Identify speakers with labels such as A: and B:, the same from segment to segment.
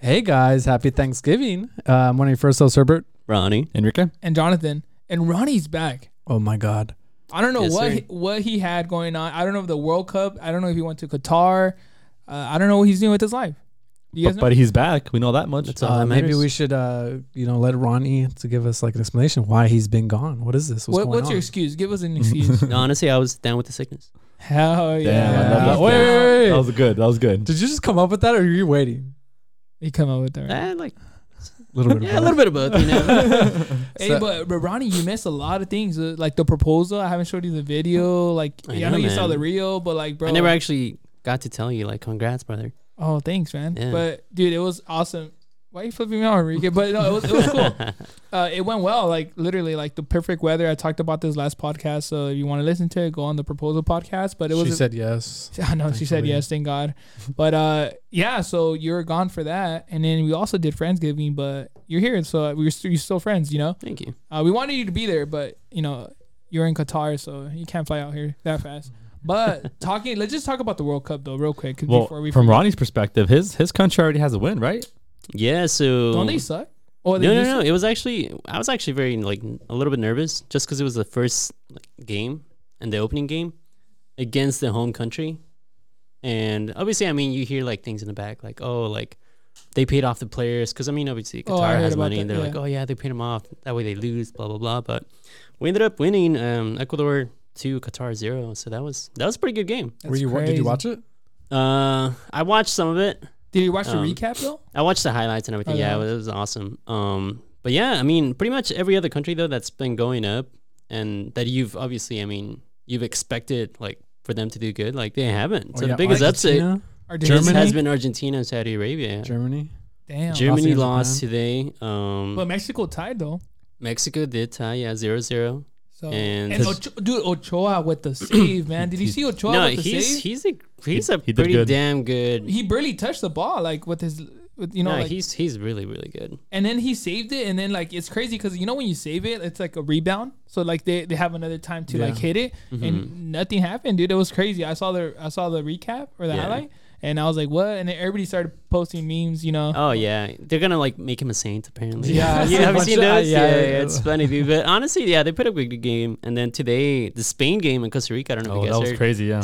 A: Hey guys, happy Thanksgiving. Um, when I first saw Herbert,
B: Ronnie.
C: Enrique.
D: and Jonathan and Ronnie's back.
A: oh my God.
D: I don't know
B: Yes,
D: what
B: sir.
D: he, what he had going on. I don't know if the World Cup. I don't know if he went to Qatar. Uh, I don't know what he's doing with his life. Do you guys
C: But,
D: know?
C: but he's back. We know that much.
B: That's all
A: Uh,
B: Oh, that
A: maybe
B: matters.
A: we should, uh, you know, let Ronnie to give us like an explanation why he's been gone. What is this? What's
D: What,
A: going
D: what's
A: on?
D: your excuse? Give us an excuse.
B: No, honestly, I was down with the sickness.
D: Hell
C: Damn,
D: yeah!
C: I love
A: Wait,
C: that.
D: He's down.
A: wait, wait,
C: that
A: wait.
C: was good. That was good.
A: Did you just come up with that, or are you waiting?
D: He come up with that. right?
B: Eh, like
A: little bit. of
B: yeah, a
A: both.
B: little bit of both, you know.
D: Hey,
A: So-
D: but, but Ronnie, you missed a lot of things. uh, Like the proposal, I haven't showed you the video. Like
B: I
D: yeah, I know,
B: know,
D: you saw
B: man.
D: the reel, but like, bro,
B: I never actually got to tell you, like, congrats, brother.
D: Oh, thanks, man.
B: Yeah.
D: But dude, it was awesome. Why you flipping me off, Enrique? But no, it was, it was cool. uh, it went well. Like literally, like the perfect weather. I talked about this last podcast, so if you want to listen to it, go on the proposal podcast. But it was
A: she said yes.
D: I know she said
A: Thankfully.
D: yes, thank God. But uh, yeah, so you were gone for that, and then we also did friendsgiving. But you're here, so we were st- you're still friends. You know,
B: Thank you.
D: uh, we wanted you to be there, but you know, you're in Qatar, so you can't fly out here that fast. But talking, let's just talk about the World Cup though, real quick. 'cause
C: well,
D: before we
C: from
D: forget.
C: Ronnie's perspective, his his country already has a win, right?
B: Yeah, so
D: Don't they suck? Or
B: no, no, no. It was actually I was actually very like a little bit nervous just because it was the first like, game and the opening game against the home country, and obviously, I mean, you hear like things in the back like, oh, like they paid off the players because I mean, obviously,
D: Oh, I
B: Qatar
D: heard
B: has
D: about
B: money, and
D: that,
B: they're like,
D: yeah.
B: oh yeah, they paid them off that way they lose, blah blah blah. But we ended up winning um, Ecuador two, Qatar zero, so that was that was a pretty good game.
A: Were you? wa- Did you watch it?
B: Uh, I watched some of it.
D: Did you watch the
B: Um,
D: recap though?
B: I watched the highlights and everything.
D: Oh,
B: yeah,
D: yeah.
B: it was, it was awesome. Um, but yeah, I mean, pretty much every other country though that's been going up and that you've obviously, I mean, you've expected like for them to do good, like they haven't. So
A: Oh, yeah,
B: the biggest upset
A: Argentina?
D: Or
B: is-
D: did it-
B: has been Argentina and Saudi Arabia.
A: Germany.
D: Damn.
B: Germany lost
A: lost
B: today. Um,
D: But Mexico tied though.
B: Mexico did tie, yeah, 0 0.
D: So
B: And-
D: Oh. and, Ocho- dude Ochoa with the save, man. Did you see Ochoa
B: No,
D: with the
B: he's,
D: save?
B: he's a, he's a
C: he did
B: pretty
C: good.
B: damn good.
D: He barely touched the ball, like with his, with, you know,
B: no,
D: like,
B: he's he's really really good.
D: and then he saved it, and then like it's crazy because you know when you save it, it's like a rebound. So like they, they have another time to
A: Yeah.
D: like hit it,
B: Mm-hmm.
D: and nothing happened, dude. It was crazy. I saw the I saw the recap or the
B: Yeah.
D: highlight, and I was like, what? And then everybody started posting memes, you know.
B: Oh yeah, they're gonna like make him a saint apparently.
A: Yeah, I
B: you
A: see a
B: haven't
A: bunch
B: seen
A: of- uh,
B: those?
A: yeah,
B: yeah,
A: yeah,
B: yeah,
A: yeah.
B: it's funny, dude. But honestly, yeah, they put up a good game. And then today, the Spain game in Costa Rica. I don't know.
C: Oh,
B: if you
C: that
B: guys
C: was
B: heard.
C: crazy. Yeah.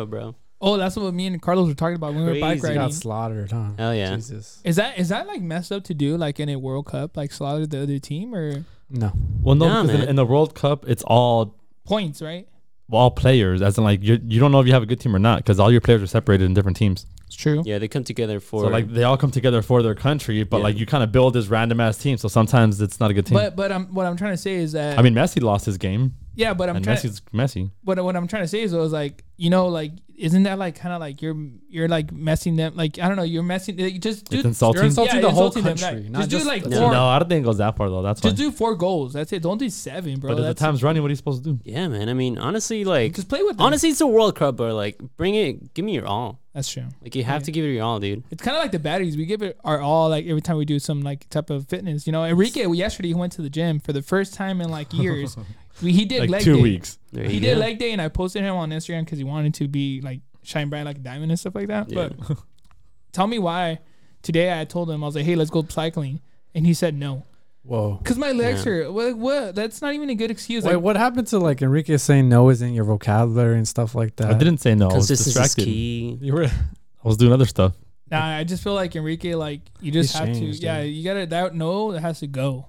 B: 7-0 bro.
D: Oh, that's what me and Carlos were talking about when we were bike
B: Crazy.
A: He
D: riding.
A: got slaughtered, huh?
B: Hell Oh, yeah.
A: Jesus.
D: Is that is that like messed up to do like in a World Cup like slaughter the other team or
A: No.
C: Well, no,
B: Nah,
C: because
B: man.
C: in, in the World Cup, it's all
D: points right?
C: all players, as in like you you don't know if you have a good team or not, because all your players are separated in different teams.
D: It's true.
B: Yeah, they come together for
C: So like they all come together for their country, but
B: Yeah.
C: like you kind of build this random ass team. So sometimes it's not a good team.
D: But but I'm what I'm trying to say is that
C: I mean, Messi lost his game,
D: yeah, but I'm
C: and
D: trying
C: Messi's Messi.
D: what what I'm trying to say is though is like you know like isn't that like kind of like you're you're like messing them like I don't know you're messing like, just do
C: It's insulting.
A: You're insulting
D: yeah,
A: the whole
D: insulting them,
A: country,
D: like,
A: not
D: just,
A: just
D: do like
A: the
B: team.
D: four
C: No, I don't think it goes that far though. That's why.
D: just do four goals that's it don't do seven bro
C: but at the
D: that's
C: time's running. What are you supposed to do?
B: yeah, man. I mean, honestly, like
D: just play with them.
B: honestly, it's a World Cup, bro. Like, bring it. Give me your all.
D: that's true.
B: Like, you have
D: Yeah.
B: to give it your all, dude.
D: It's kind of like the batteries. We give it our all, like every time we do some like type of fitness. You know, Enrique yesterday he went to the gym for the first time in like years. we, he did
C: Like
D: leg
C: two
D: day.
C: weeks.
B: There
D: He
B: you
D: did
B: go.
D: leg day, and I posted him on Instagram because he wanted to be like shine bright like a diamond and stuff like that.
B: Yeah.
D: But tell me why today I told him I was like, hey, let's go cycling, and he said no
A: Whoa.
D: because my legs
B: Yeah.
D: are what, what? That's not even a good excuse.
A: Wait,
D: Like,
A: what happened to like Enrique saying no is in your vocabulary and stuff like that?
C: I didn't say
A: Oh,
C: no. I was
B: Consistency is
C: distracted.
B: key.
A: You were.
C: I was doing other stuff.
D: nah, I just feel like Enrique, like you just
A: He's
D: have to,
A: changed,
D: yeah,
A: dude.
D: you gotta that no that has to go.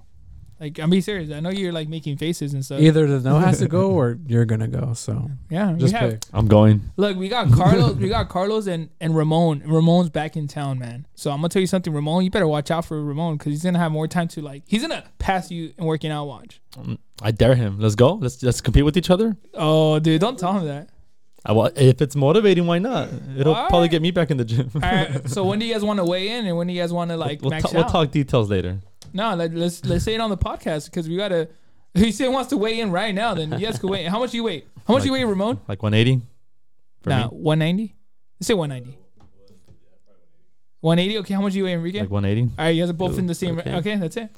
D: Like I'm being serious. I know you're like making faces and stuff.
A: Either the no has to go or you're gonna go. So
D: yeah,
A: just
D: we have,
A: pick.
C: I'm going.
D: Look, we got Carlos, we got Carlos and and Ramon. Ramon's back in town, man. So I'm gonna tell you something, Ramon. You better watch out for Ramon because he's gonna have more time to like. He's gonna pass you in working out watch.
C: Um, I dare him. Let's go. Let's let's compete with each other.
D: Oh, dude, don't tell him that.
C: I, wa- if it's motivating, why not? It'll
D: All
C: probably
D: right.
C: get me back in the gym.
D: All right. so when do you guys want to weigh in and when do you guys want to like
C: we'll,
D: max
C: ta- we'll
D: out?
C: talk details later.
D: No, let, let's let's say it on the podcast because we gotta. He said he wants to weigh in right now. Then you guys could weigh. in. How much you weigh? How much you weigh, Ramon?
C: Like 180. For
D: Nah,
C: me,
D: 190. Let's say 190. 180. Okay, how much you weigh, Enrique?
C: like 180.
D: All right, you guys are both in the same. Okay,
B: okay.
D: that's it.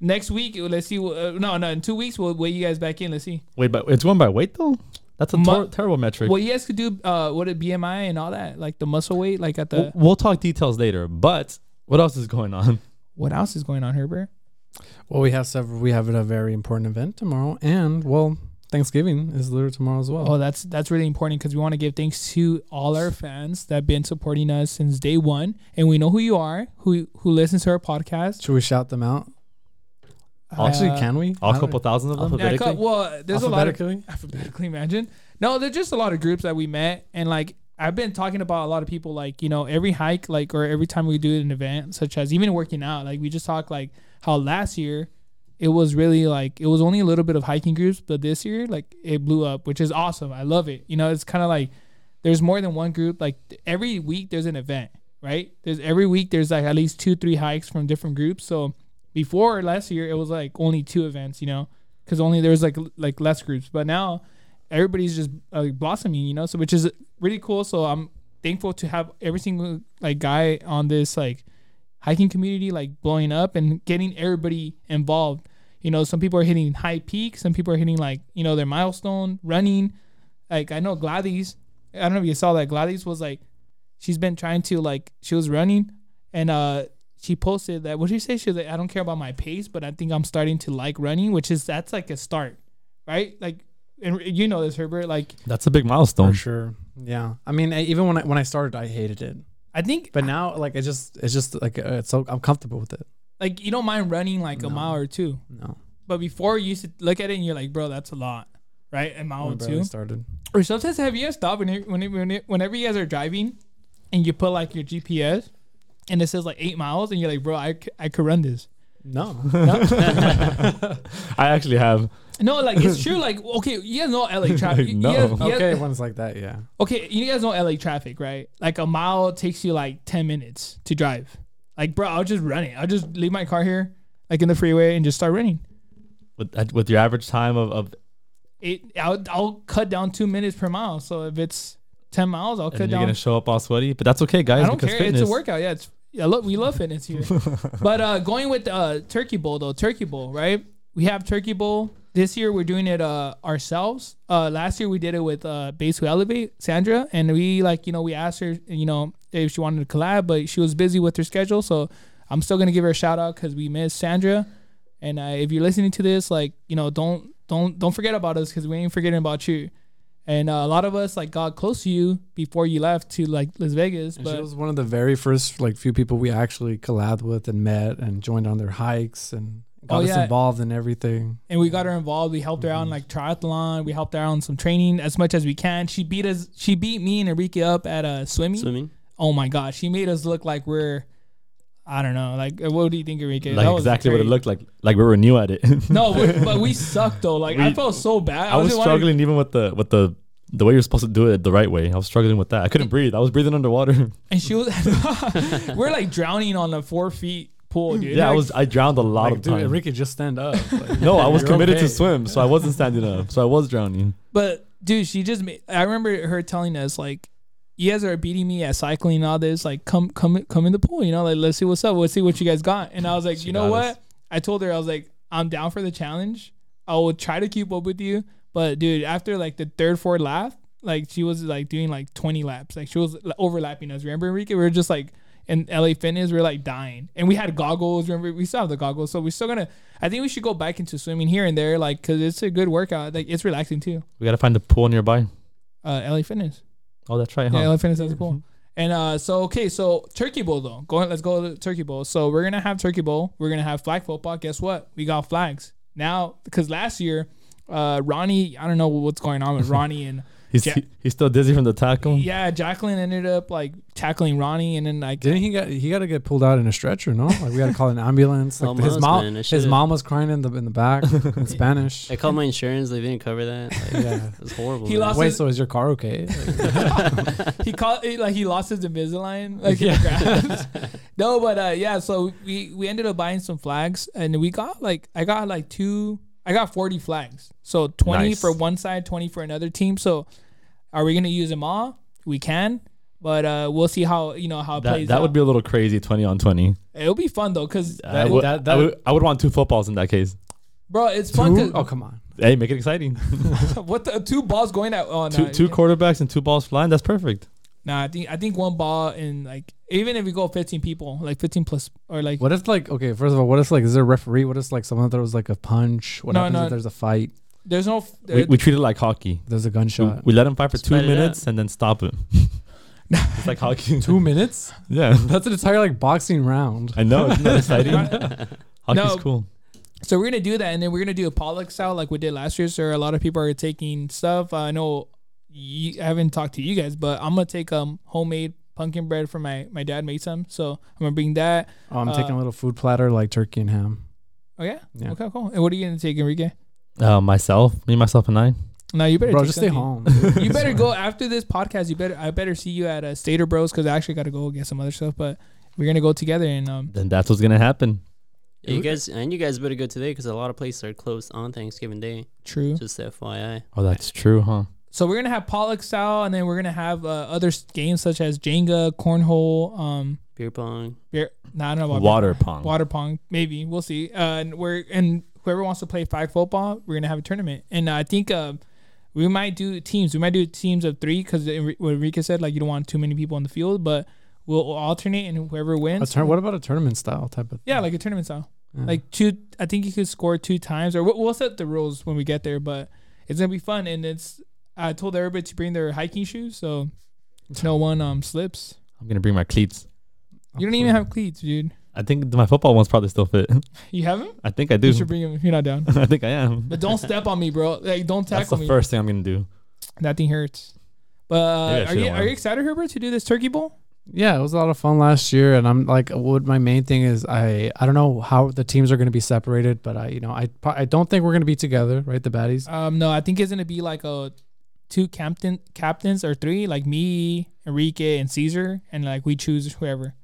D: Next week, let's see. Uh, no, no, in two weeks we'll weigh you guys back in. Let's see.
C: Wait, but it's going by weight though. That's a
D: Mu-
C: tor- terrible metric.
D: What you guys could do? Uh, what a BMI and all that, like the muscle weight, like at the.
C: we'll, we'll talk details later. But What else is going on?
D: What else is going on, Herbert?
A: Well, we have several. We have a very important event tomorrow, and well, Thanksgiving is literally tomorrow as well.
D: Oh, that's that's really important because we want to give thanks to all our fans that have been supporting us since day one, and we know who you are, who who listens to our podcast.
A: Should we shout them out? Actually,
D: Uh,
A: can we? I
C: All
A: don't-
C: couple thousand of them.
D: Yeah, I
B: Alphabetically?
D: cut- well, there's a lot of
A: alphabetically.
D: alphabetically imagine. No, there's just a lot of groups that we met, and like I've been talking about a lot of people. Like you know, every hike, like or every time we do an event, such as even working out, like we just talk like how last year it was really like it was only a little bit of hiking groups, but this year like it blew up, which is awesome. I love it. You know, it's kind of like there's more than one group. Like th- every week there's an event, right? There's every week there's like at least two, three hikes from different groups. So before last year it was like only two events, you know, because only there was like l- like less groups. But now everybody's just uh, blossoming, you know. So which is really cool. So I'm thankful to have every single like guy on this like hiking community like blowing up and getting everybody involved. You know, some people are hitting high peaks, some people are hitting like you know their milestone running. Like I know Gladys, I don't know if you saw that Gladys was like, she's been trying to like she was running, and uh she posted that what did she say? She was like, I don't care about my pace, but I think I'm starting to like running, which is that's like a start, right? Like, and you know this Herbert, like
C: That's a big
A: For
C: milestone.
A: sure. Yeah. I mean, I, even when I, when I started, I hated it,
D: I think
A: but now like it's just it's just like uh, it's so I'm comfortable with it.
D: like you don't mind running like a
A: No.
D: mile or two,
A: No,
D: but before you used to look at it and you're like, bro, that's a lot, right? A mile
A: when
D: or
A: I
D: two.
A: barely started.
D: Or sometimes have you guys stopped when you- when you- when you- whenever you guys are driving and you put like your GPS and it says like eight miles and you're like, bro, I, c- I could run this.
A: No,
C: I actually have.
D: No, like it's true. Like okay, you guys know LA traffic.
C: Like,
D: You-
C: no.
D: You guys, you
A: okay,
D: guys,
A: when it's like that, yeah.
D: okay, you guys know LA traffic, right? Like a mile takes you like ten minutes to drive. Like bro, I'll just run it. I'll just leave my car here, like in the freeway, and just start running.
C: With, at- with your average time of, of
D: It, I'll, I'll cut down two minutes per mile. So if it's ten miles, I'll
C: and then
D: cut
C: you're
D: down
C: gonna show up all sweaty, but that's okay, guys.
D: I don't care.
C: because
D: It's
C: fitness-
D: a workout. Yeah, it's yeah. Look, we love fitness here. but uh, going with uh, Turkey Bowl though, Turkey Bowl, right? We have Turkey Bowl this year. We're doing it uh, ourselves. Uh, last year we did it with uh, Base Who Elevate, Sandra, and we like you know we asked her you know if she wanted to collab, but she was busy with her schedule. So I'm still gonna give her a shout out because we missed Sandra. And uh, if you're listening to this, like you know, don't don't don't forget about us because we ain't forgetting about you. And uh, a lot of us like got close to you before you left to like Las Vegas.
A: And
D: but
A: she was one of the very first like few people we actually collabed with and met and joined on their hikes and got
D: Oh,
A: us
D: yeah.
A: involved in everything.
D: and we got her involved. We helped her
C: Mm-hmm.
D: out in like triathlon. We helped her out on some training as much as we can. She beat us. She beat me and Enrique up at uh, swimming.
B: Swimming.
D: Oh my gosh, she made us look like we're, I don't know, like uh, what do you think, Enrique? That
C: like
D: was
C: exactly what it
D: crazy.
C: looked like. Like we were new at it.
D: No, we, but we sucked though. Like I
C: We-
D: felt so bad.
C: I was
D: just wondering-
C: struggling even with the with the the way you're supposed to do it the right way. I was struggling with that. I couldn't breathe. I was breathing underwater.
D: and she was. we're like drowning on the four feet pool, dude.
C: yeah, I
D: Like,
C: was. I drowned a lot
A: Like,
C: of
A: dude,
C: times.
A: Enrique, just stand up. Like,
C: no, I was
A: you're
C: committed
A: okay.
C: to swim, so I wasn't standing up. So I was drowning.
D: But dude, she just made, I remember her telling us like you guys are beating me at cycling and all this, like come come come in the pool, you know, like let's see what's up. Let's see what you guys got. And I was like,
C: She
D: you know
C: got
D: what?
C: us.
D: I told her I was like, I'm down for the challenge. I will try to keep up with you. But dude, after like the third, fourth lap, like she was like doing like 20 laps. Like she was like, overlapping us. Remember, Enrique? We were just like in LA Fitness, we were like dying. And we had goggles. Remember, we still have the goggles. So we're still gonna, I think we should go back into swimming here and there, like, cause it's a good workout. Like it's relaxing too
C: We gotta find a pool nearby.
D: uh, LA Fitness.
C: Oh, that's right, huh?
D: Yeah, LA Fitness has a pool. And uh, so okay, so Turkey Bowl though. Going, let's go to Turkey Bowl. So we're gonna have Turkey Bowl. We're gonna have flag football. Guess what? We got flags now because last year, uh, Ronnie, I don't know what's going on with Ronnie and
C: he's
D: Ja-
C: he- he's still dizzy from the tackle.
D: yeah, Jacqueline ended up like tackling Ronnie and then like
A: Didn't he got he got to get pulled out in a stretcher? No, like we got to call an ambulance. Like his
B: Almost,
A: mom,
B: man, I
A: his
B: should've-
A: mom was crying in the in the back in Spanish.
B: I called my insurance. They didn't cover that. Like,
A: yeah.
B: it was horrible.
D: He
B: man.
D: lost-
A: Wait, so is your car okay? Like,
D: he caught he, like he lost his Invisalign like in the grass. no, but uh, yeah, so we we ended up buying some flags and we got like I got like two I got 40 flags. So 20
C: Nice.
D: for one side, 20 for another team. So are we going to use them all? We can, but uh we'll see how, you know, how it
C: That,
D: plays
C: that
D: out.
C: would be a little crazy, twenty on twenty.
D: It'll be fun though cuz
C: I,
A: That-
C: would,
A: that-
C: I,
A: that-
C: would, I would want two footballs in that case.
D: bro, it's fun
A: two?
D: 'cause-
A: Oh come on!
C: Hey, make it exciting.
D: what the two balls going at oh, no.
C: two two quarterbacks and two balls flying. That's perfect.
D: Nah, I think I think one ball in like even if we go 15 people, like 15 plus or like
A: What if like okay, first of all, what if like is there a referee? What if like someone throws like a punch? What
D: No,
A: happens
D: no.
A: if there's a fight?
D: there's no f-
C: We,
D: there-
C: we treat it like hockey.
A: There's a
C: We,
A: gunshot.
C: we let him fight for two
B: Spread it out.
C: minutes and then stop him. it's like hockey.
A: Two minutes?
C: yeah,
A: That's an entire like boxing round.
C: I know. Isn't that exciting? Hockey's
D: No.
C: cool.
D: So we're gonna do that, and then we're gonna do a Pollock style like we did last year. So a lot of people are taking stuff. I know you, I haven't talked to you guys, but I'm gonna take um homemade pumpkin bread from my my dad made some. So I'm gonna bring that.
A: Oh, I'm
D: Uh,
A: taking a little food platter like turkey and ham.
D: Oh yeah,
A: Yeah.
D: okay, cool. And what are you gonna take, Enrique?
C: Uh, myself, me, myself, and I.
D: No, you better
A: Bro,
D: take
A: just stay
D: something.
A: home.
D: You better go after this podcast. You better I better see you at uh, Stater Bros because I actually gotta go get some other stuff, but we're gonna go together and um
C: Then that's what's gonna happen.
B: you guys and you guys better go today because a lot of places are closed on Thanksgiving Day.
D: true.
B: Just FYI.
C: Oh, that's true, huh?
D: So we're gonna have Pollock style, and then we're gonna have uh, other s- games such as Jenga, cornhole, um.
B: Beer pong.
D: Beer, nah, I don't know about beer
C: Water pong.
D: water pong maybe we'll see uh and we're and whoever wants to play flag football we're gonna have a tournament and uh, i think uh we might do teams we might do teams of three because what Enrique said like you don't want too many people on the field but we'll alternate and whoever
A: A
D: wins
A: tur- what about a tournament style type of
D: yeah like a tournament style
A: Yeah.
D: like two i think you could score two times or we'll, we'll set the rules when we get there but it's gonna be fun and it's i told everybody to bring their hiking shoes so no one um slips
C: I'm gonna bring my cleats.
D: you don't even have cleats dude
C: I think my football ones probably still fit.
D: you have them
C: I think I
D: you
C: do.
D: should bring them you're not down
C: I think I am.
D: but don't step on me bro like don't tackle
C: That's the
D: me
C: first thing I'm gonna do.
D: That thing hurts. But
C: Maybe
D: uh,
C: I
D: are you
C: shouldn't
D: are you
C: laugh.
D: excited, Herbert, to do this turkey bowl?
A: Yeah, it was a lot of fun last year, and I'm like, what my main thing is, I I don't know how the teams are going to be separated, but I you know I pro- I don't think we're going to be together, right? The baddies.
D: Um, no, I think it's gonna be like a two captain captains or three, like me, Enrique, and Caesar, and like we choose whoever.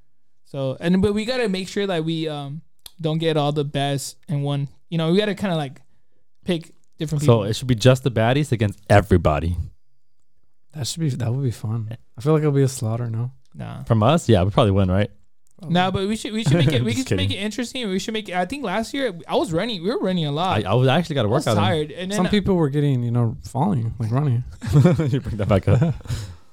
D: So and but we gotta make sure that we um don't get all the best in one. You know, we gotta kind of like pick different
C: So
D: people.
C: it should be just the baddies against everybody.
A: That should be that would be fun. I feel like it'll be a slaughter. No.
D: nah.
C: From us, yeah, we probably win, right?
D: No, but we should we should make it we
C: Just
D: should make it interesting. We should make it. I think last year I was running. We were running a lot.
C: I,
D: I,
C: I was I actually got to
D: was
C: work out.
D: tired. And then
A: Some people were getting you know falling like running.
C: you bring that back up.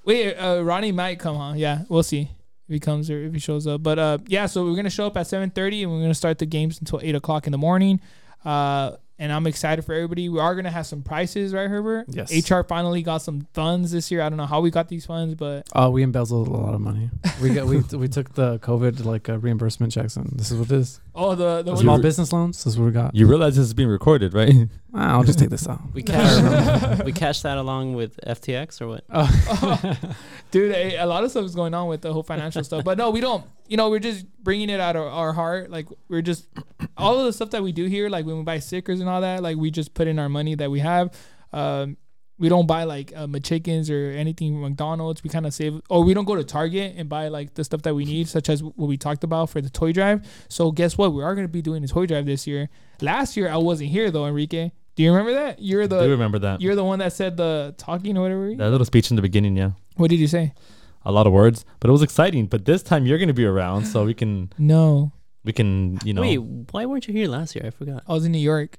D: Wait, uh, Ronnie might come, huh? Yeah, we'll see if he comes or if he shows up. But uh, yeah, so we're gonna show up at seven thirty, and we're gonna start the games until eight o'clock in the morning. Uh, and I'm excited for everybody. We are gonna have some prices, right, Herbert?
A: Yes.
D: HR finally got some funds this year. I don't know how we got these funds, but
A: Oh, we embezzled a lot of money. We got we we took the COVID like uh, reimbursement checks, and this is what it is.
D: oh, the the
C: That's
D: one.
A: Small
C: You-
A: business loans. This is what we got.
C: You realize this is being recorded, right?
A: Ah, I'll just take this out.
B: We cash we cash that along with FTX or what?
A: Oh.
D: dude a, a lot of stuff is going on with the whole financial stuff but no we don't you know we're just bringing it out of our heart like we're just all of the stuff that we do here like when we buy stickers and all that like we just put in our money that we have um we don't buy like uh, McChickens or anything from McDonald's. We kind of save, or we don't go to Target and buy like the stuff that we need, such as what we talked about for the toy drive. So guess what? We are going to be doing a toy drive this year. Last year I wasn't here though, Enrique. Do you remember that? You're
C: I do
D: the
C: remember that.
D: you're the one that said the talking or whatever.
C: That little speech in the beginning, yeah.
D: What did you say?
C: A lot of words, but it was exciting. But this time you're going to be around, so we can
D: No,
C: we can you know.
B: Wait, why weren't you here last year? I forgot.
D: I was in New York.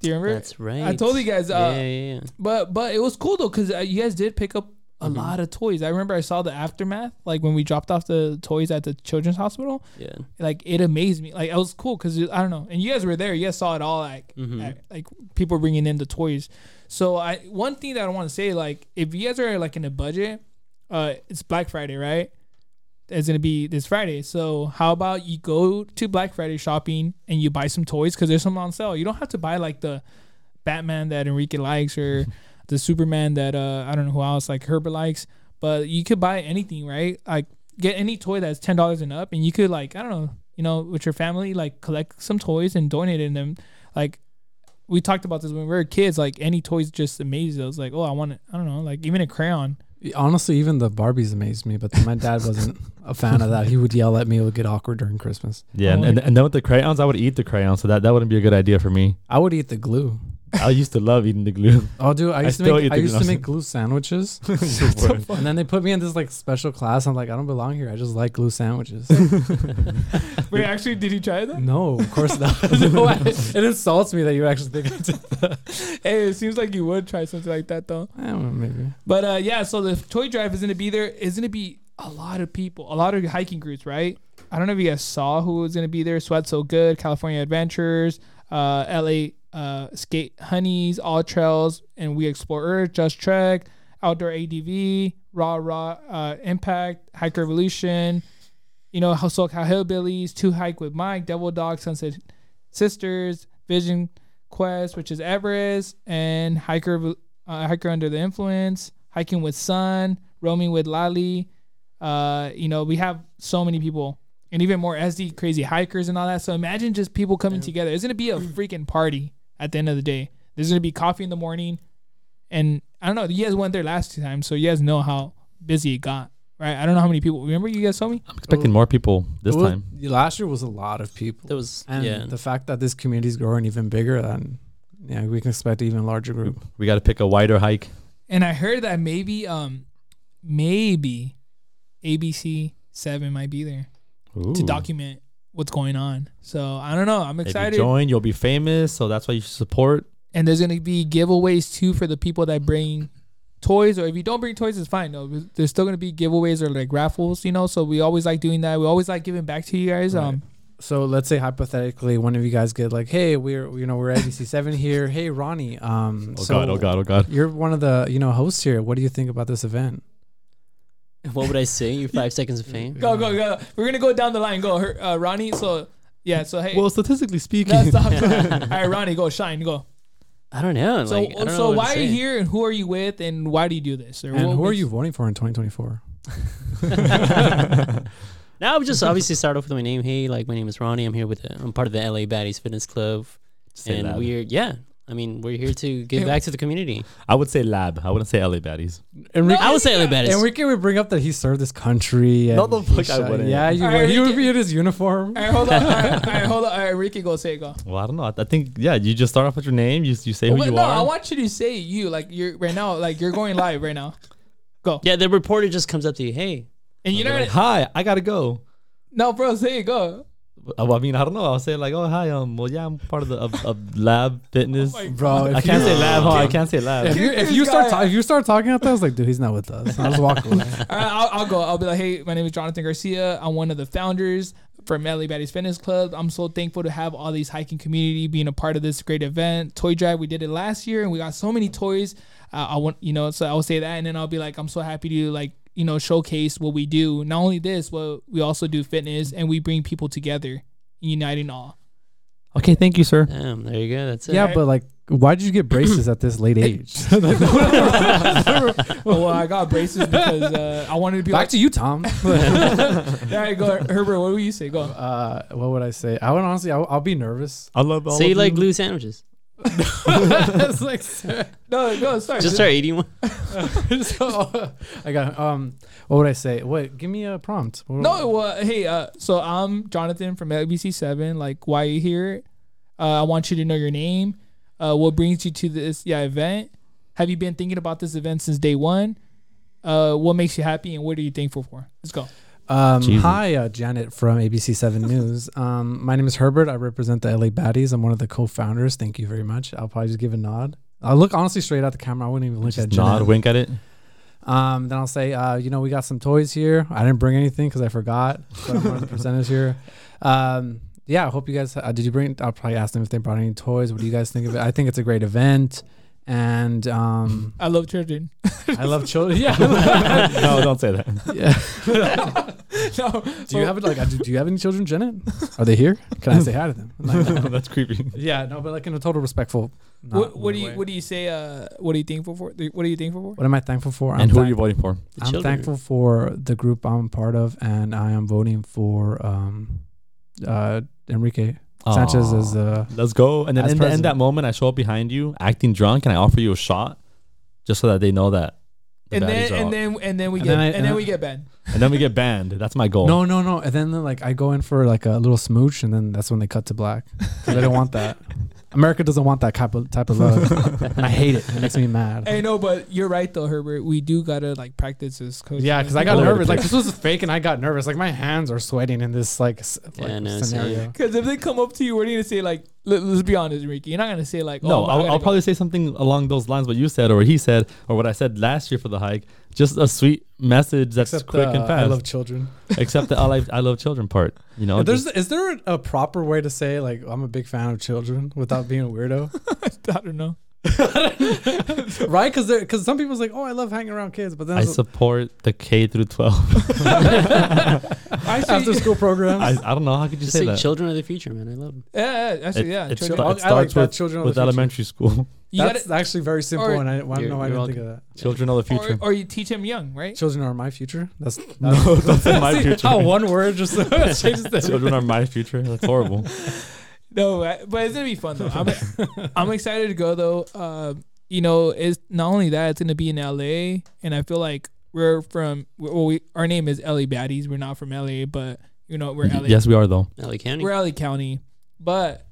D: Do you remember?
B: That's right.
D: I told you guys.
B: yeah,
D: Uh,
B: yeah, yeah.
D: But but it was cool though because uh, you guys did pick up a
B: Mm-hmm.
D: lot of toys. I remember I saw the aftermath, like when we dropped off the toys at the children's hospital.
B: Yeah.
D: Like it amazed me. Like it was cool because I don't know. And you guys were there. You guys saw it all. Like
B: Mhm.
D: at- like people bringing in the toys. So I one thing that I want to say like if you guys are like in a budget, uh, it's Black Friday, right? It's gonna be this Friday. So how about you go to Black Friday shopping and you buy some toys because there's some on sale. You don't have to buy like the Batman that Enrique likes or the Superman that uh I don't know who else like Herbert likes, but you could buy anything, right? Like get any toy that's ten dollars and up, and you could like I don't know, you know, with your family like collect some toys and donate in them. Like we talked about this when we were kids. Like any toys just amazed us. Like oh I want I don't know like even a crayon.
A: Honestly, even the Barbies amazed me, but my dad wasn't a fan of that. He would yell at me. It would get awkward during Christmas.
C: yeah,
D: Oh,
C: and, and, and then with the crayons, I would eat the crayons, so that, that wouldn't be a good idea for me.
A: I would eat the glue.
C: I used to love eating the glue.
A: Oh, dude, I
C: I
A: used
C: still
A: to
C: eat
A: make I
C: the
A: used to
C: gnosis.
A: make glue sandwiches, and then they put me in this like special class. I'm like, I don't belong here. I just like glue sandwiches.
D: Wait, actually, did you try that?
A: no, of course not. no, I- it insults me that you actually think. I did.
D: Hey, it seems like you would try something like that though.
A: Eh, well, maybe.
D: But uh, yeah, so the toy drive is gonna be there. Is gonna be a lot of people, a lot of hiking groups, right? I don't know if you guys saw who was gonna be there. Sweat so good, California Adventures, uh, L.A. Uh, Skate Honeys, All Trails, and We Explore Earth, Just Trek, Outdoor ADV, Raw Raw uh, Impact, Hike Revolution. You know, how SoCal Hillbillies, Two Hike with Mike, Devil Dog, Sunset Sisters, Vision Quest, which is Everest, and Hiker uh, Hiker Under the Influence, Hiking with Sun, Roaming with Lali. Uh, you know, we have so many people, and even more SD crazy hikers and all that. So imagine just people coming together. It's gonna be a freaking party at the end of the day. There's gonna be coffee in the morning, and I don't know. You guys went there last time, so you guys know how busy it got, right? I don't know how many people. Remember, you guys saw me.
C: I'm expecting more people this
A: Well,
C: time.
A: last year was a lot of people.
B: That was
A: And
B: yeah.
A: the fact that this community is growing even bigger, then yeah, we can expect an even larger group.
C: We got to pick a wider hike.
D: And I heard that maybe, um, maybe ABC Seven might be there to
C: Ooh.
D: document what's going on. So I don't know. I'm
C: If you
D: excited.
C: join, you'll be famous. So that's why you should support.
D: and there's gonna be giveaways too for the people that bring toys, or if you don't bring toys, it's fine. No, there's still gonna be giveaways or like raffles, you know. So we always like doing that. We always like giving back to you guys. Um,
A: So let's say hypothetically, one of you guys get like, "Hey, we're you know we're ABC seven here. Hey, Ronnie, um,
C: Oh
A: so
C: god! Oh god! Oh god!
A: you're one of the you know hosts here. What do you think about this event?
B: What would I say? Your five seconds of fame.
D: go go go. We're gonna go down the line. Go, her- uh, Ronnie. So yeah. So hey.
C: Well, statistically speaking,
D: no, stop. All right, Ronnie, go shine, go.
B: I don't know.
D: So,
B: like, I don't know
D: so
B: what to
D: why are you
B: say.
D: here, and who are you with, and why do you do this? Or
A: And
D: what
A: who are
D: makes-
A: you voting for in 2024?
B: Now I'm just obviously start off with my name. Hey, like my name is Ronnie. I'm here with the, I'm part of the LA Baddies Fitness Club,
C: Say
B: and
C: lab.
B: we're yeah. I mean, we're here to give back to the community.
C: I would say lab. I wouldn't say LA baddies.
A: Enrique,
B: I would say LA Baddies.
A: Enrique would bring up that he served this country. And
C: No, the
A: he
C: fuck I
A: shot-
C: wouldn't.
A: Yeah, you
D: Alright,
A: would. He would
D: Enrique-
A: be in his uniform.
D: All right, hold on. All right, all right, hold on. All right, Ricky, go say it, go.
C: Well, I don't know. I, I think yeah. You just start off with your name. You you say who
D: Well,
C: you
D: no,
C: are.
D: I want you to say you like you're right now, like you're going live right now,
B: Yeah, the reporter just comes up to you. Hey,
D: and you're not.
C: Like, hi, I gotta go.
D: no, bro, say it, go.
C: Uh, Well, I mean, I don't know. I'll say like, oh hi, um, well yeah, I'm part of the of, of lab fitness.
D: my
A: Bro, if
C: I can't
A: you,
C: say lab. Huh? I can't say lab.
A: If you, if
D: This
A: you start
D: guy-
A: ta- if you start talking at that, I was like, dude, he's not with us. I'll just walk away.
D: All right, I'll, I'll go. I'll be like, hey, my name is Jonathan Garcia. I'm one of the founders from LA Baddies Fitness Club. I'm so thankful to have all these hiking community being a part of this great event. Toy drive, we did it last year, and we got so many toys. Uh, I want, you know, so I'll say that, and then I'll be like, I'm so happy to like, you know, showcase what we do. Not only this, but we also do fitness, and we bring people together, uniting all.
C: Okay, thank you, sir.
B: damn, um, there you go. That's it.
A: Yeah, but like, why did you get braces at this late age?
D: well, I got braces because uh, I wanted to be
A: Back
D: like.
A: to you, Tom.
D: All right, go, Herbert. What would you say? Go.
A: uh, what would I say? I would honestly, I w- I'll be nervous.
C: I love all
B: Say you
C: of
B: like
C: you.
B: glue sandwiches.
A: it's like,
D: No, go. Start.
B: Just start eating one.
A: so, I got um. What would I say? What? Give me a prompt. What-
D: No, well, hey, uh, so I'm Jonathan from LBC7. Like, why you here? Uh, I want you to know your name. Uh, what brings you to this yeah event? Have you been thinking about this event since day one? Uh, what makes you happy and what are you thankful for? Let's go.
A: Um,
C: Jesus.
A: hi, uh, Janet from ABC7 News. Um, my name is Herbert. I represent the LA Baddies. I'm one of the co-founders. Thank you very much. I'll probably just give a nod. I'll look honestly straight at the camera. I wouldn't even look at
C: Just
A: Janet.
C: nod, wink at it.
A: Um, then I'll say, uh, you know, we got some toys here. I didn't bring anything because I forgot. So I'm one of the presenters here. Um, yeah, I hope you guys. Uh, did you bring? I'll probably ask them if they brought any toys. What do you guys think of it? I think it's a great event, and um,
D: I love children.
A: I love children. Yeah.
C: no, don't say that.
A: yeah.
D: no,
A: Do you have like? uh, Do, do you have any children, Janet? Are they here? Can I say hi to them? Like,
C: That's creepy.
A: yeah, no, but like in a total respectful. not
D: what, what
A: rude
D: do you
A: way.
D: what do you say? Uh, what are you thankful for? What are you thankful for?
A: What am I thankful for? I'm
C: and who are you
A: thankful-
C: voting for?
B: The
A: I'm
B: children.
A: thankful for the group I'm part of, and I am voting for um, uh, Enrique Sanchez
C: Aw.
A: is uh,
C: Let's go. And then
A: As
C: in, the, in
A: president.
C: that moment, I show up behind you, acting drunk, and I offer you a shot, just so that they know that. the
D: And
C: baddies
D: then
C: are out.
D: and then and then we
A: And
D: get
A: then I-
D: and
A: and
D: then
A: I-
D: we get banned.
C: And then we get banned. That's my
B: Oh.
C: goal.
A: no, no, no. And then like I go in for like a little smooch, and then that's when they cut to black because I don't want that. I America doesn't want that type of type of love. and I hate it. It makes me mad.
D: Hey, no, but you're right though, Herbert. We do gotta like practice this. Coach.
A: Yeah, because I got
C: All over the
A: nervous. Like
C: place.
A: this was fake, and I got nervous. Like my hands are sweating in this like, s- like
B: Yeah, no, same.
A: scenario.
D: Because if they come up to you, what are you gonna say? Like, let, us be honest, Enrique. You're not gonna say like,
C: No,
D: oh, I
C: I'll,
D: gotta
C: I'll
D: go.
C: probably say something along those lines. What you said, or he said, or what I said last year for the hike. Just a sweet message that's quick
A: the,
C: and
A: uh,
C: fast.
A: I love children.
C: except the I love, I love children part. You know,
A: There's
C: just-
A: is there a proper way to say like I'm a big fan of children without being a weirdo,
D: I don't know.
A: right? Because because some people's like, oh, I love hanging around kids, but then
C: I
A: it's-
C: support the K through twelve.
D: I say,
A: after school programs.
C: I, I don't know how could you
B: Just
C: say
B: say
C: that.
B: children of the future, man. I love them.
D: yeah, yeah, actually,
C: It-
D: yeah.
C: it's
D: children-
C: sta-
A: I
C: it
A: like
C: starts
A: that,
C: with,
A: children of the
C: with
A: future.
C: elementary school.
D: you
A: That's
D: gotta,
A: actually very simple,
D: or-
A: and I, I don't
B: You're-
A: know why I
B: you're
A: didn't think of that.
C: children of the future.
D: or, or you teach him young, right?
A: Children are my future. That's
C: no, that's in my
A: See,
C: future.
A: How one word just changes the
C: children are my future. That's horrible.
D: No, I- but it's gonna be fun though. I'm, I'm excited to go though. Uh, you know, it's not only that it's gonna be in LA, and I feel like we're from well, we our name is LA Baddies. We're not from LA, but you know we're LA.
C: yes, we are though.
B: LA County.
D: we're LA County, but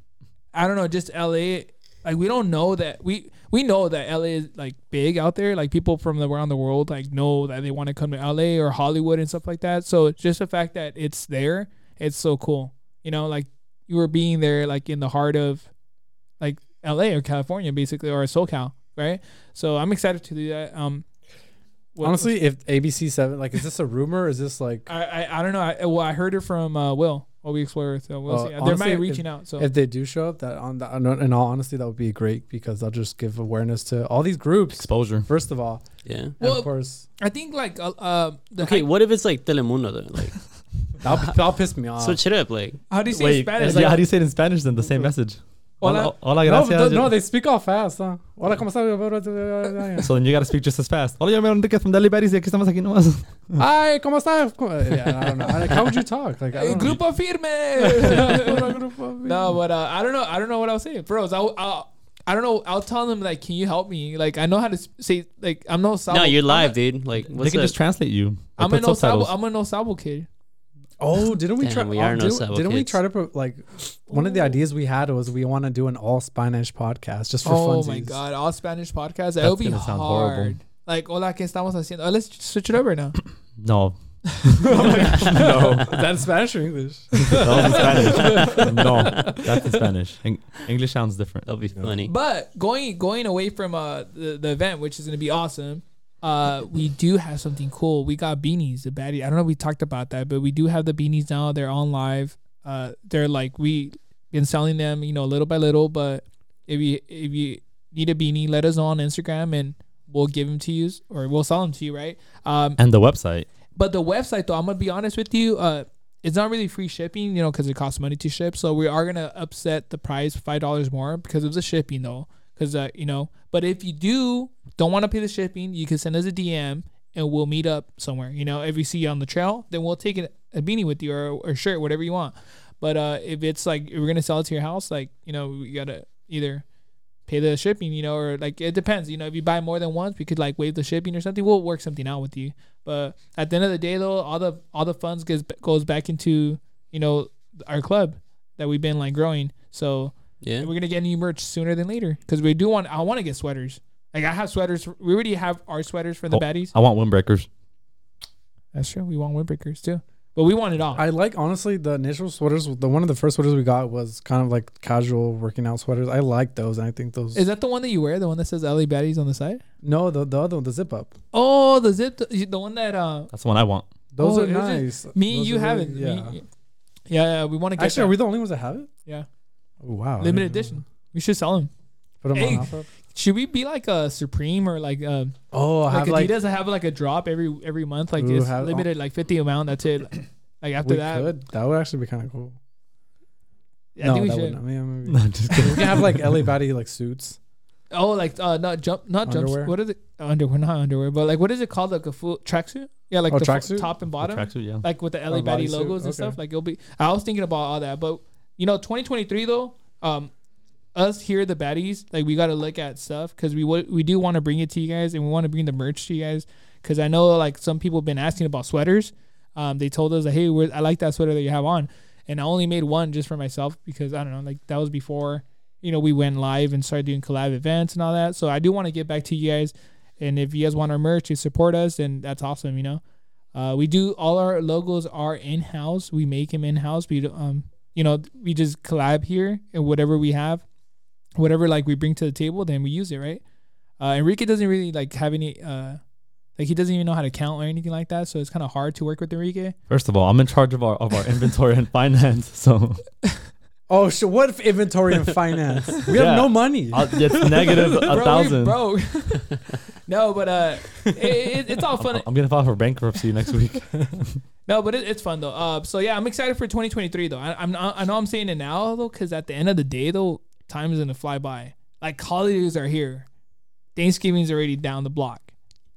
D: I don't know, just LA. Like we don't know that we we know that LA is like big out there. Like people from the, around the world like know that they want to come to LA or Hollywood and stuff like that. So it's just the fact that it's there, it's so cool. You know, like you were being there like in the heart of like LA or California basically or SoCal, right? So I'm excited to do that. Um, what-
A: Honestly, if ABC seven, like, is this a rumor? Is this like
D: I, I I don't know. I, well, I heard it from uh, Will. Will we explore? So we'll
A: Uh,
D: see. They're
A: honestly,
D: might
A: if-
D: reaching out. So
A: if they do show up? That on the, in all honesty, that would be great because they'll just give awareness to all these groups.
C: Exposure.
A: First of all,
B: Yeah.
A: and
D: Well,
A: of course,
D: I think like uh, uh the
B: Okay,
D: How,
B: what if it's like Telemundo though? Like
A: that'll, that'll piss me off.
B: switch it up, like
D: how do you say
C: Wait,
D: Spanish?
C: yeah,
D: Like,
C: how do you say it in Spanish then? The same message.
D: Hola-
C: Hola, hola,
A: no,
C: gracias.
A: th- no, they speak all fast, huh? Hola, ¿cómo estás?
C: so then you gotta speak just as fast. Hola, yo me Enrique from Deli Berries y aquí estamos aquí nomás.
A: Ay, ¿cómo estás? Yeah, I don't know. Like, how would you talk? Like, I
D: Hey,
A: don't know.
D: grupo firme. no, but uh, I don't know. I don't know what I'll say, bros. I'll, I'll uh, I don't know. I'll tell them like, can you help me? Like, I know how to s- say like I'm no sabo.
B: No, you're live,
D: I'm
B: dude. Like
C: They
B: what's
C: can
B: up?
C: just translate you.
D: A, I'm
C: They
D: a
C: put
D: no sabo.
C: subtitles.
D: I'm a no sabo kid.
A: Oh, didn't we
B: Damn,
A: try?
B: we
A: oh,
B: are no
A: didn't,
B: Sabo
A: didn't we
B: kids.
A: try to pro- like? One of the ideas we had was we want to do an all Spanish podcast just for
D: Oh
A: funsies.
D: my god, all Spanish podcasts. That would be
C: gonna
D: hard.
C: sound horrible.
D: Like, hola, que estamos haciendo? Oh, let's switch it over now.
C: no.
A: no, that's Spanish or English.
C: That was in Spanish. no. That's in Spanish. Eng- English sounds different.
B: That'll be funny.
D: But going going away from uh the, the event, which is gonna be awesome, uh we do have something cool. We got beanies, the baddie. I don't know if we talked about that, but we do have the beanies now. They're on live. Uh they're like we been selling them, you know, little by little, but if you if you need a beanie, let us know on Instagram and we'll give them to you or we'll sell them to you, right? Um
C: And the website.
D: but the website though, I'm gonna be honest with you, uh it's not really free shipping, you know, because it costs money to ship. So we are gonna upset the price five dollars more because of the shipping though, because uh, you know. But if you do don't want to pay the shipping, you can send us a DM and we'll meet up somewhere. You know, if we see you on the trail, then we'll take an, a beanie with you or, or shirt, whatever you want. But uh if it's like if we're gonna sell it to your house, like you know, we gotta either pay the shipping, you know, or like it depends. You know, if you buy more than once, we could like waive the shipping or something. We'll work something out with you. But at the end of the day, though, all the all the funds gets goes back into you know our club that we've been like growing. So
B: Yeah.
D: we're gonna get new merch sooner than later because we do want. I want to get sweaters. Like I have sweaters. We already have our sweaters for the
C: Oh.
D: baddies.
C: I want windbreakers.
D: That's true. We want windbreakers too, but we want it all.
A: I like honestly the initial sweaters. The one of the first sweaters we got was kind of like casual working out sweaters. I like those, and I think those.
D: Is that the one that you wear? The one that says LA baddies on the side?
A: no, the the other one, the zip up.
D: Oh, the zip, the one that uh,
C: That's the one I want.
A: Those
D: Oh,
A: are
D: it was
A: nice.
D: me and
A: Those
D: you
A: are really-
D: haven't.
A: Yeah.
D: Me- yeah, yeah. We want to get
A: Actually,
D: that.
A: are we the only ones that have it?
D: Yeah.
A: Oh, wow. I didn't
D: limited
A: know
D: edition. We should sell them.
A: that. Put 'em on
D: Hey.
A: offer.
D: Should we be like a Supreme or like um
A: Oh, I
D: like
A: have like.
D: Adidas? I have like a drop every every month. Like
A: Ooh,
D: it's
A: have- oh.
D: limited, like fifty amount. That's it. Like after
A: we
D: that,
A: could. That would actually be kind of cool.
D: I
A: no,
D: think we
A: that
D: should.
A: wouldn't. I mean, maybe.
C: No, just
A: we can have like LA body like suits.
D: Oh, like uh, not jump, not jump.
A: Underwear?
D: What is it? Underwear, not underwear, but like what is it called? Like a full tracksuit? Yeah, like
A: Oh,
D: the full-
A: tracksuit?
D: top and bottom.
C: tracksuit, yeah.
D: like with the
A: Or
D: LA Batty
A: bodysuit,
D: logos and
A: okay.
D: stuff. Like it'll be. I was thinking about all that, but you know, 2023 though, um, us here the baddies, like we got to look at stuff because we w- we do want to bring it to you guys and we want to bring the merch to you guys because I know like some people have been asking about sweaters. Um, they told us like, hey, we're, I like that sweater that you have on, and I only made one just for myself because I don't know, like that was before you know, we went live and started doing collab events and all that. So I do want to get back to you guys. And if you guys want our merch, you support us, then that's awesome, you know. Uh, we do all our logos are in house. We make them in house. We do- um, you know, we just collab here and whatever we have, whatever like we bring to the table, then we use it, right? Uh, Enrique doesn't really like have any uh, like he doesn't even know how to count or anything like that. So it's kind of hard to work with Enrique.
C: First of all, I'm in charge of our of our inventory and finance, so
A: Oh, so what if inventory and finance? We
C: Yeah.
A: have no money.
C: I'll- Uh, it's negative a
D: we-
C: thousand.
D: bro. no, but uh, it, it, it's all fun.
C: I'm gonna file for bankruptcy next week.
D: No, but it, it's fun though. Uh, so yeah, I'm excited for 2023 though. I, I'm not, I know I'm saying it now though, because at the end of the day though, time is gonna fly by. Like holidays are here, Thanksgiving's already down the block,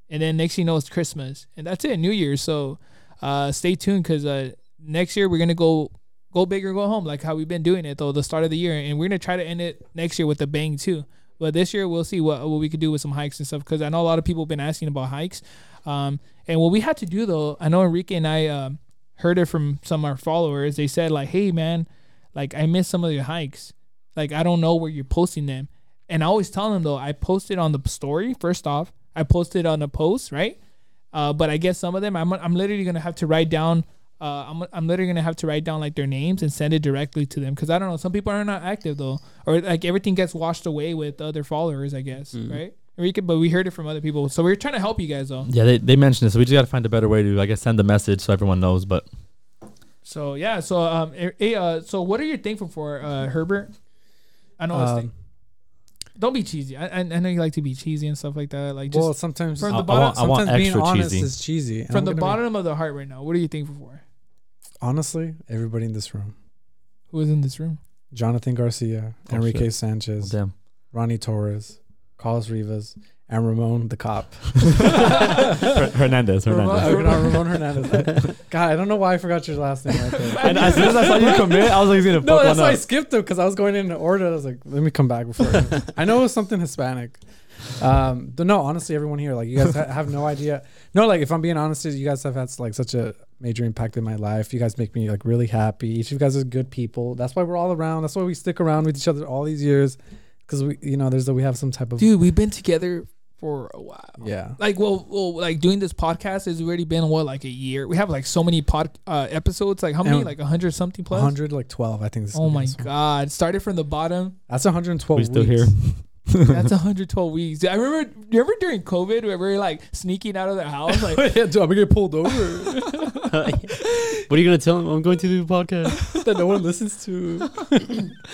D: and then next thing you know it's Christmas, and that's it, New Year's. So, uh, stay tuned because uh, next year we're gonna go go big or go home, like how we've been doing it though, the start of the year, and we're gonna try to end it next year with a bang too. But this year we'll see what what we could do with some hikes and stuff because I know a lot of people have been asking about hikes. Um, and what we had to do though, I know Enrique and I um, heard it from some of our followers. They said like, "Hey man, like I missed some of your hikes. Like I don't know where you're posting them." And I always tell them though, I posted on the story first off. I posted on a post, right? Uh, but I guess some of them, I'm I'm literally gonna have to write down. Uh, I'm, I'm literally gonna have to write down like their names and send it directly to them because I don't know. Some people are not active though, or like everything gets washed away with other followers, I guess, right? Enrique, but we heard it from other people, so we are trying to help you guys though.
C: yeah, they, they mentioned it, so we just gotta find a better way to, I guess, send the message so everyone knows. But
D: So yeah, so um, eh, eh, uh, so what are you thankful for, uh, Herbert? I know. I was
A: Um,
D: think- don't be cheesy. I, I I know you like to be cheesy and stuff like that. Like just
A: well, sometimes
D: from
C: I-
D: the
C: I
D: bottom-
C: want- I want
A: sometimes being
C: extra
A: honest
C: cheesy.
A: is cheesy. and
D: from
A: I'm
D: the
A: gonna be-
D: bottom of the heart right now. What are you thankful for?
A: honestly, everybody in this room:
D: Who is in this room?
A: Jonathan Garcia,
C: Oh,
A: Enrique Sanchez,
C: damn,
A: Ronnie Torres, Carlos Rivas, and Ramon the cop.
C: Her- Hernandez, Hernandez.
A: Ramon, no, Ramon Hernandez. God, I don't know why I forgot your last name. Right there.
C: And as soon as I saw you commit, I was like, he's gonna fuck
A: No,
C: one
A: that's why I
C: up.
A: skipped them because I was going in order. I was like, let me come back before. I- I know it was something Hispanic. Um, but no, honestly, everyone here, like you guys ha- have no idea. No, like if I'm being honest, you guys have had like such a major impact in my life. You guys make me like really happy. Each of you guys is good people. That's why we're all around. That's why we stick around with each other all these years because we, you know, there's that we have some type of
D: Dude, we've been together for a while.
A: yeah.
D: Like well, well, like doing this podcast has already been what like a year. We have like so many pod uh, episodes. Like how many?
A: And-
D: like a hundred something plus.
A: 100 like 12 I think this is
D: Oh
A: gonna be
D: my
A: this one.
D: god! Started from the bottom.
A: that's 112
C: We still here.
A: weeks.
D: That's 112 weeks. I remember, you remember during COVID, where we were like sneaking out of the house, like
A: yeah dude, I'm gonna get pulled over
B: what are you gonna tell him? I'm going to do a podcast.
A: that no one listens to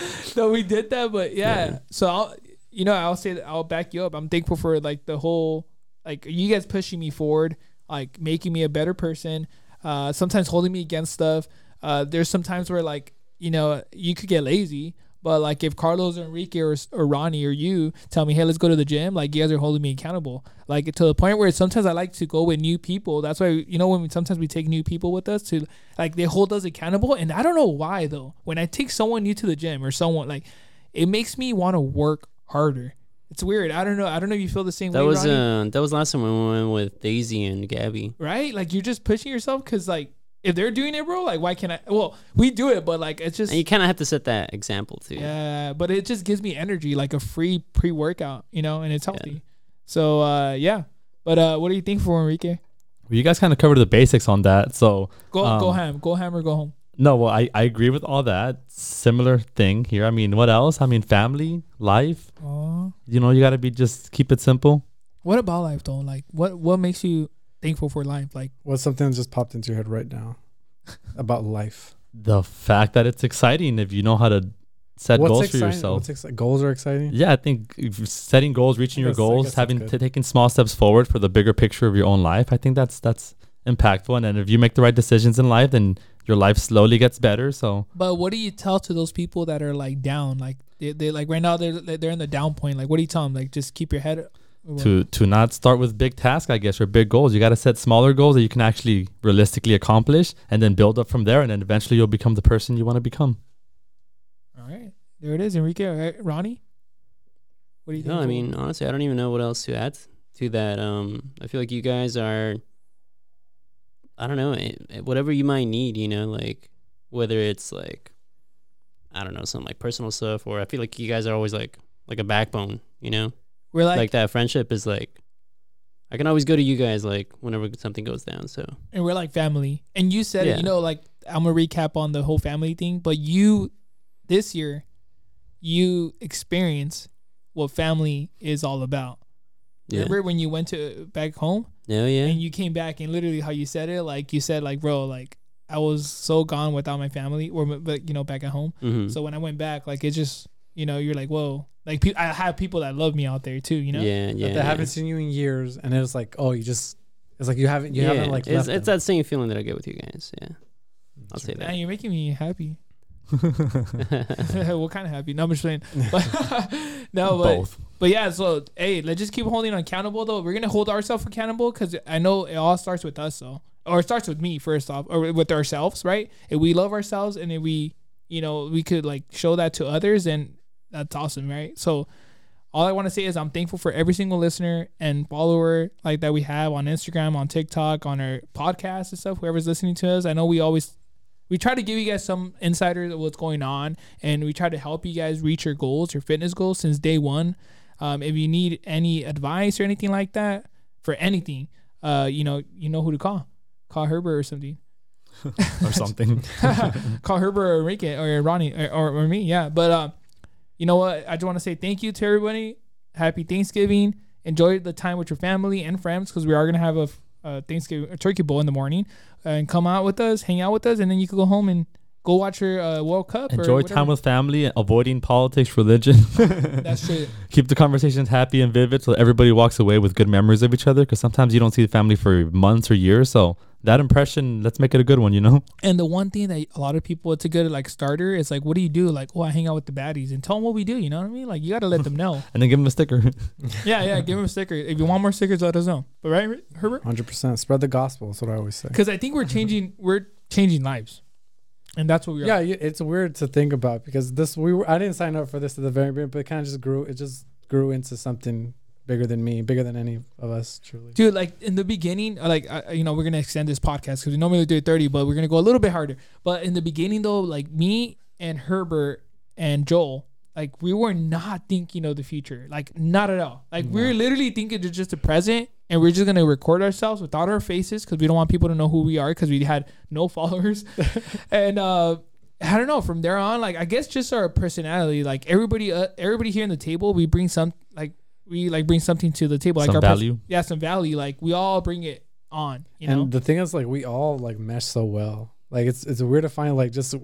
D: so we did that. But yeah, so I'll, you know, I'll say that I'll back you up. I'm thankful for like the whole, like you guys pushing me forward, like making me a better person. Uh, sometimes holding me against stuff. Uh, there's some times where like you know you could get lazy. But like if Carlos or Enrique or, or Ronnie or you tell me, hey, let's go to the gym, like you guys are holding me accountable. Like to the point where sometimes I like to go with new people. That's why you know when we, sometimes we take new people with us to like they hold us accountable. And I don't know why though. When I take someone new to the gym or someone like, it makes me want to work harder. It's weird. I don't know. I don't know if you feel the same
B: That
D: way.
B: was
D: Ronnie
B: uh, that was last time when we went with Daisy and Gabby.
D: right? Like you're just pushing yourself because like if they're doing it, bro, like why can't I? Well, we do it, but like it's just
B: And you kind of have to set that example too.
D: yeah. But it just gives me energy, like a free pre workout, you know, and it's healthy. So uh, yeah. But uh, what do you think for Enrique?
C: Well, you guys kind of covered the basics on that, so
D: Go
C: Um,
D: go ham, go ham or go home.
C: No, well, I, I agree with all that. Similar thing here. I mean, what else? I mean, family, life.
D: Aw.
C: You know, you got to be just keep it simple.
D: What about life though? Like what what makes you thankful for life? Like
A: What's something that just popped into your head right now about life?
C: The fact that it's exciting if you know how to set
A: What's
C: goals
A: exciting?
C: for
A: What's
C: yourself.
A: exci- goals are exciting.
C: yeah, I think if setting goals, reaching your
A: That's- I
C: goals,
A: guess that's
C: having
A: good.
C: t- taking small steps forward for the bigger picture of your own life. I think that's that's impactful. And then if you make the right decisions in life, then your life slowly gets better. So
D: but what do you tell to those people that are like down? Like they they like right now they're they're in the down point. Like what do you tell them? Like just keep your head. or what?
C: to to not start with big tasks, I guess, or big goals. You got to set smaller goals that you can actually realistically accomplish, and then build up from there. And then eventually, you'll become the person you want to become.
D: All right, there it is, Enrique. All right, Ronnie. What do you think?
B: No, I
D: Joel?
B: mean honestly, I don't even know what else to add to that. Um, I feel like you guys are, I don't know, eh, eh, whatever you might need. You know, like whether it's like, I don't know, some like personal stuff, or I feel like you guys are always like like a backbone, you know?
D: We're like,
B: Like, that friendship is like I can always go to you guys like whenever something goes down. So
D: and we're like family. And you said it,
B: Yeah.
D: you know, like I'm gonna recap on the whole family thing, but you this year you experience what family is all about.
B: yeah,
D: Remember when you went to back home
B: no, yeah,
D: and you came back and literally how you said it, like you said, like bro, like I was so gone without my family, or but you know back at home.
B: mm-hmm.
D: So when I went back, like it's just you know you're like whoa, like pe- I have people that love me out there too, you know.
B: yeah, yeah,
A: that they
B: yeah.
A: haven't seen you in years, and it was like, oh, you just it's like you haven't you haven't like
B: it's,
A: left.
B: it's
A: them.
B: that same feeling that I get with you guys. Yeah, I'll say
D: Man,
B: that.
D: you're making me happy.
B: yeah,
D: what kind of happy? No, I'm just playing. But no, but
C: Both.
D: But yeah, so hey, let's just keep holding accountable though. We're gonna hold ourselves accountable because I know it all starts with us though, or it starts with me first off, or with ourselves, right? If we love ourselves and if we, you know, we could like show that to others, and that's awesome, right? So all I want to say is I'm thankful for every single listener and follower like that we have on Instagram, on TikTok, on our podcast and stuff. Whoever's listening to us, I know we always we try to give you guys some insider of what's going on and we try to help you guys reach your goals your fitness goals since day one um, if you need any advice or anything like that for anything uh, you know you know who to call call herbert or something
C: or something.
D: call herbert or enrique or ronnie or, or, or me yeah but um, you know what i just want to say thank you to everybody happy thanksgiving enjoy the time with your family and friends because we are going to have a, a thanksgiving a turkey bowl in the morning and come out with us hang out with us and then you can go home and go watch your uh, world cup or
C: Enjoy time
D: whatever.
C: with family and avoiding politics, religion.
D: that's true
C: Keep the conversations happy and vivid so everybody walks away with good memories of each other because sometimes you don't see the family for months or years. So that impression, let's make it a good one, you know?
D: And the one thing that a lot of people, it's a good like starter. It's like, what do you do? Like, oh, I hang out with the baddies and tell them what we do. You know what I mean? Like, you got to let them know.
C: And then give them a sticker.
D: yeah, yeah. Give them a sticker. If you want more stickers, let us know. But right, Herbert?
A: Hundred percent. Spread the gospel. That's what I always say.
D: Because I think we're changing. We're changing lives, and that's what we are.
A: Yeah, you- it's weird to think about because this we were I didn't sign up for this at the very beginning, but it kind of just grew. It just grew into something bigger than me, bigger than any of us. Truly,
D: dude like in the beginning uh, like uh, you know we're gonna extend this podcast because we normally do it 30 but we're gonna go a little bit harder but in the beginning though like me and herbert and joel like we were not thinking of the future like not at all like we are literally thinking of just the present and we're just gonna record ourselves without our faces because we don't want people to know who we are because we had no followers and uh I don't know. From there on, like I guess just our personality, like everybody, uh, everybody here in the table, we bring some, like we like bring something to the table, like
C: Some
D: our pers-
C: value.
D: yeah, some value. Like we all bring it on, you know.
A: and the thing is, like we all like mesh so well. Like it's it's weird to find like just a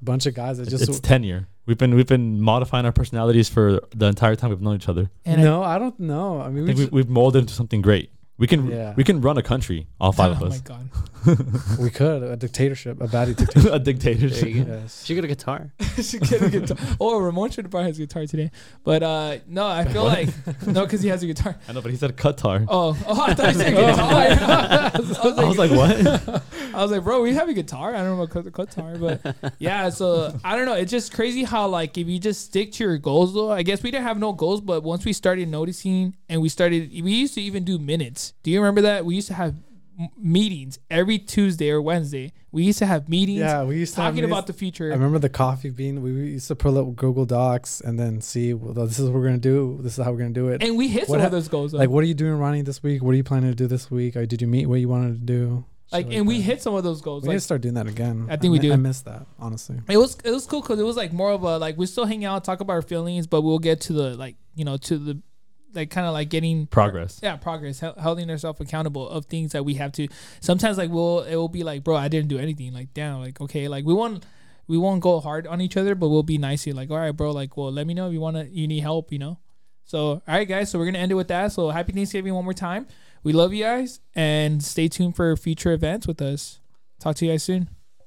A: bunch of guys that just
C: it's tenure. We've been we've been modifying our personalities for the entire time we've known each other.
D: And I-
A: no, I, don't know. I mean, we
C: I think we,
A: just,
C: we've molded into something great. We can
A: Yeah.
C: we can run a country, all five
D: oh
C: of
D: my
C: us.
D: god,
A: we could a dictatorship, a baddie dictatorship.
B: there
C: a dictatorship.
B: you go.
A: yes.
B: She got a guitar.
D: she get a guitar. Oh, Ramon should buy his guitar today. But uh no, I feel like no, because he has a guitar.
C: I know, but he said Qatar.
D: Oh, oh, I thought he said guitar. I was like,
C: I was like, what?
D: I was like, bro, we have a guitar. I don't know about gu- guitar, but yeah. So I don't know. It's just crazy how like if you just stick to your goals though. I guess we didn't have no goals, but once we started noticing and we started, we used to even do minutes. Do you remember that? We used to have m- meetings every Tuesday or Wednesday. We used to have meetings
A: Yeah, we used to have
D: talking
A: these-
D: about the
A: I
D: future.
A: remember the coffee bean. We we used to pull up Google Docs and then see well, this is what we're gonna do. This is how we're gonna do it.
D: And we hit
A: What
D: some
A: hap-
D: of those goals. Though.
A: like,
D: Like,
A: what are you doing, Ronnie, this week? What are you planning to do this week? Or did you meet what you wanted to do? Shit
D: and we
A: that.
D: hit some of those goals.
A: We
D: Like,
A: need to start doing that again.
D: I think we
A: mi-
D: do.
A: I miss that honestly.
D: it was it was cool because it was like more of a like we still hang out, talk about our feelings, but we'll get to the like you know to the like kind of like getting
C: Progress.
D: yeah progress hel- holding yourself accountable of things that we have to sometimes like we'll it will be like bro i didn't do anything like damn like okay like we won't we won't go hard on each other but we'll be nice to you like all right bro like well let me know if you want to you need help you know so all right guys so we're gonna end it with that so happy thanksgiving one more time we love you guys and stay tuned for future events with us talk to you guys soon